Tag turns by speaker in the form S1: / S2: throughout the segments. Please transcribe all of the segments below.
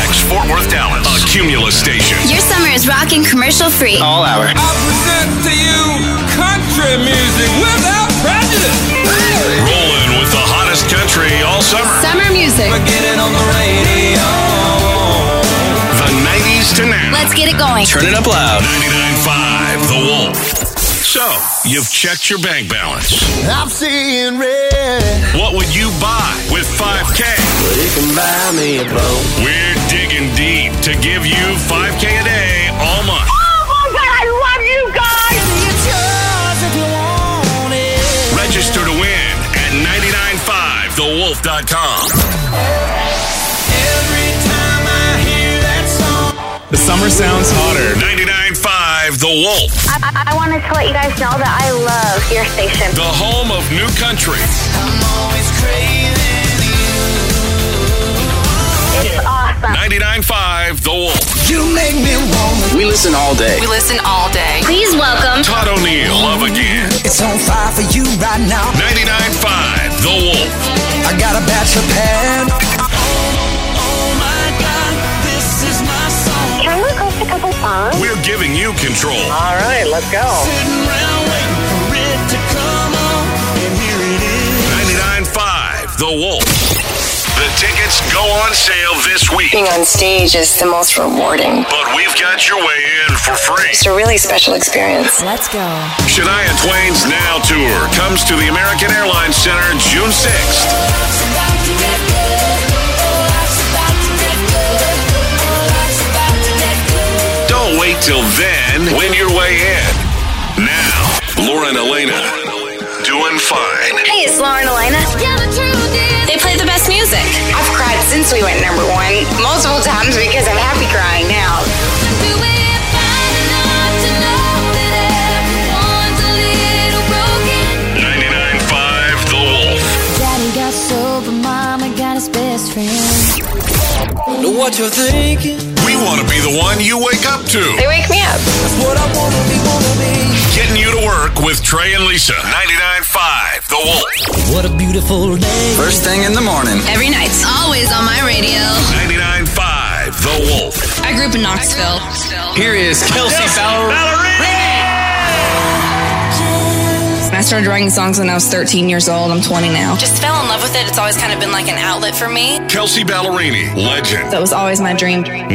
S1: of talent. A Cumulus station.
S2: Your summer is rocking commercial free.
S3: All hour.
S4: I present to you country music without prejudice.
S1: Rolling with the hottest country all summer.
S5: Summer music.
S4: But get it on the radio.
S1: The 90s to now.
S2: Let's get it going.
S3: Turn it up loud.
S1: 99.5 The Wolf. So, you've checked your bank balance.
S6: I'm seeing red.
S1: What would you buy with 5K?
S6: But it can buy me a boat.
S1: We're digging deep to give you 5K a day all month. Register to win at 995thewolf.com.
S4: Every time I hear that song.
S7: The summer sounds hotter.
S1: 995 The Wolf,
S8: I, I- I wanted to let you guys know that I love your station.
S1: the home of new country.
S4: I'm always craving you.
S8: It's awesome.
S1: 995 The Wolf.
S4: You make me wanna.
S3: We listen all day.
S5: We listen all day.
S2: Please welcome
S1: Todd O'Neill, love again.
S4: It's on fire for you right now.
S1: 995 The Wolf.
S4: I got a bachelor pad. Oh my God, this is my song.
S8: Can I request a couple songs?
S1: We're giving you control.
S9: All right, let's go.
S4: Sitting around waiting for it to come on, and here it is.
S1: 995 The Wolf. The tickets go on sale this week,
S10: Being on stage is the most rewarding.
S1: but we've got your way in for free.
S10: It's a really special experience.
S5: Let's go.
S1: Shania Twain's Now Tour comes to the American Airlines Center June 6th. Don't wait till then. Win your way in. Now, Lauren Elena. Doing fine.
S2: Hey, it's Lauren Elena. They play the best music.
S10: I've cried since we went number one multiple times because I'm happy crying now.
S5: Daddy
S1: 99.5 The Wolf.
S5: got sober, mama got his best friend.
S4: Know what you're thinking?
S1: We want to be the one you wake up to.
S10: They wake me up.
S4: That's what I wanna be, wanna be.
S1: Getting you to work with Trey and Lisa. 99.5 The Wolf.
S4: What a beautiful day.
S3: First thing in the morning.
S2: Every night. Always on my radio.
S1: 99.5 The Wolf.
S2: I grew up in Knoxville.
S3: Here is Kelsey Ballerini.
S2: I started writing songs when I was 13 years old. I'm 20 now. Just fell in love with it. It's always kind of been like an outlet for me.
S1: Kelsey Ballerini, legend.
S2: That was always my dream.
S1: 99.5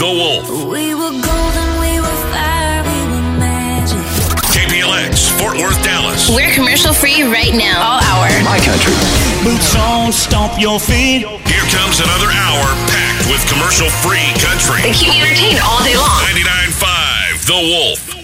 S1: The Wolf.
S5: We were golden, we were fire, we were magic.
S1: KPLX, Fort Worth, Dallas.
S2: We're commercial free right now. All hour.
S3: My country.
S4: Boots on, stomp your feet.
S1: Here comes another hour packed with commercial free country.
S2: keep me entertained all day long.
S1: 99.5 The Wolf.